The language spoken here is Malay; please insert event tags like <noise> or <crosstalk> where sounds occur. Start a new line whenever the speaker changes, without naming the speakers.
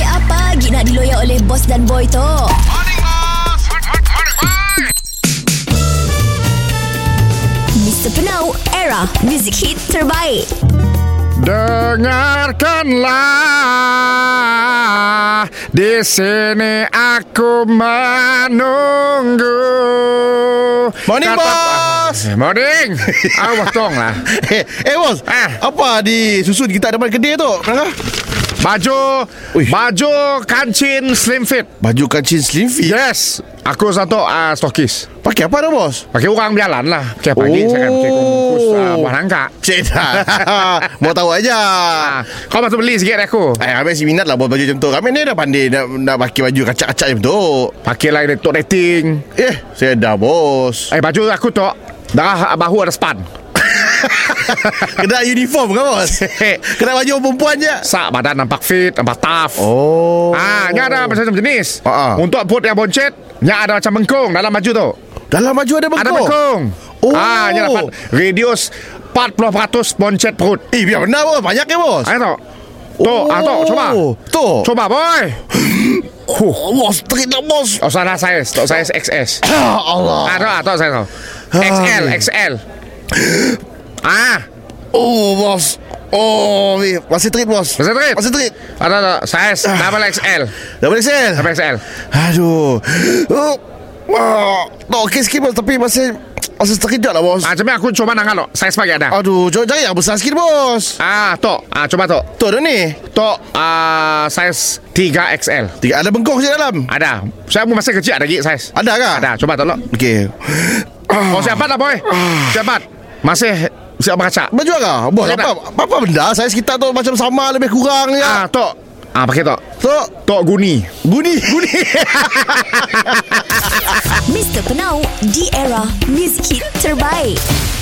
lagi nak diloyak oleh bos dan boy tu? Mr. Penau, era music hit terbaik.
Dengarkanlah Di sini aku menunggu
Morning, bos.
Eh, Morning
<laughs>
Awak tong lah
Eh, eh bos.
Ah.
Apa di susun kita depan kedai tu? Kenapa?
Baju
Uish.
Baju kancin slim fit
Baju kancing slim fit.
Yes Aku satu uh, stokis
Pakai apa dah bos?
Pakai orang berjalan lah Pakai pagi oh. saya kan Pakai kumpus uh,
Oh.
buah nangka
Cik dah. <laughs> Mau tahu aja.
Ah, Kau masuk beli sikit dari aku
Eh, Amin si minat lah buat baju macam tu. Amin ni dah pandai nak, nak pakai baju kacak-kacak macam tu.
Pakai lah dia tok rating
Eh, saya dah bos.
Eh baju aku tok Darah bahu ada span
<laughs> Kena uniform kan <laughs> bos? Kena baju orang perempuan je.
Sak badan nampak fit Nampak tough
Oh.
Ah, nya ada macam-macam jenis.
Ah, ah.
Untuk put yang boncet, nya ada macam bengkung dalam baju tu.
Dalam baju ada bengkok.
Ada bengkung.
Oh.
Ah, nya dapat radius 40% boncet perut.
Eh, biar benar bos. Banyak ke bos?
Ayo tak? Tu, ah tu, cuba.
Tu.
Cuba boy. Huh.
Bos, terik nak lah, bos.
Oh,
Ha,
sana saiz, tu saiz XS.
Ya Allah.
Ah, tu, ah, tu saiz tu.
Ha.
XL, XL. Ah,
Oh bos Oh weh. Masih terit bos
Masih terit?
Masih terit
ada tak Ha, saiz
Ah.
double XL.
Dah boleh sel
Double XL.
Aduh oh. Oh. Tak okey sikit bos Tapi masih Masih terit tak lah bos
Ah, cuma aku cuba nak kalau saiz bagi ada.
Aduh Jangan cari yang besar sikit bos
Ah, tu. Ah, cuba tu.
Tu dah ni
Tu ah saiz 3XL.
Tiga ada bengkok je dalam
Ada Saya pun masa kecil ada gig saiz
Ada ke
Ada Cuba tolong
Okey
Oh siapa lah boy Siapa Masih Siap berkaca
Baju agak Bos
Boleh
apa, apa benda Saiz kita tu macam sama Lebih kurang ya.
Ah
je
tok Ah pakai tok
Tok
Tok guni
Guni Guni
Mr. Penau, di era music hit terbaik.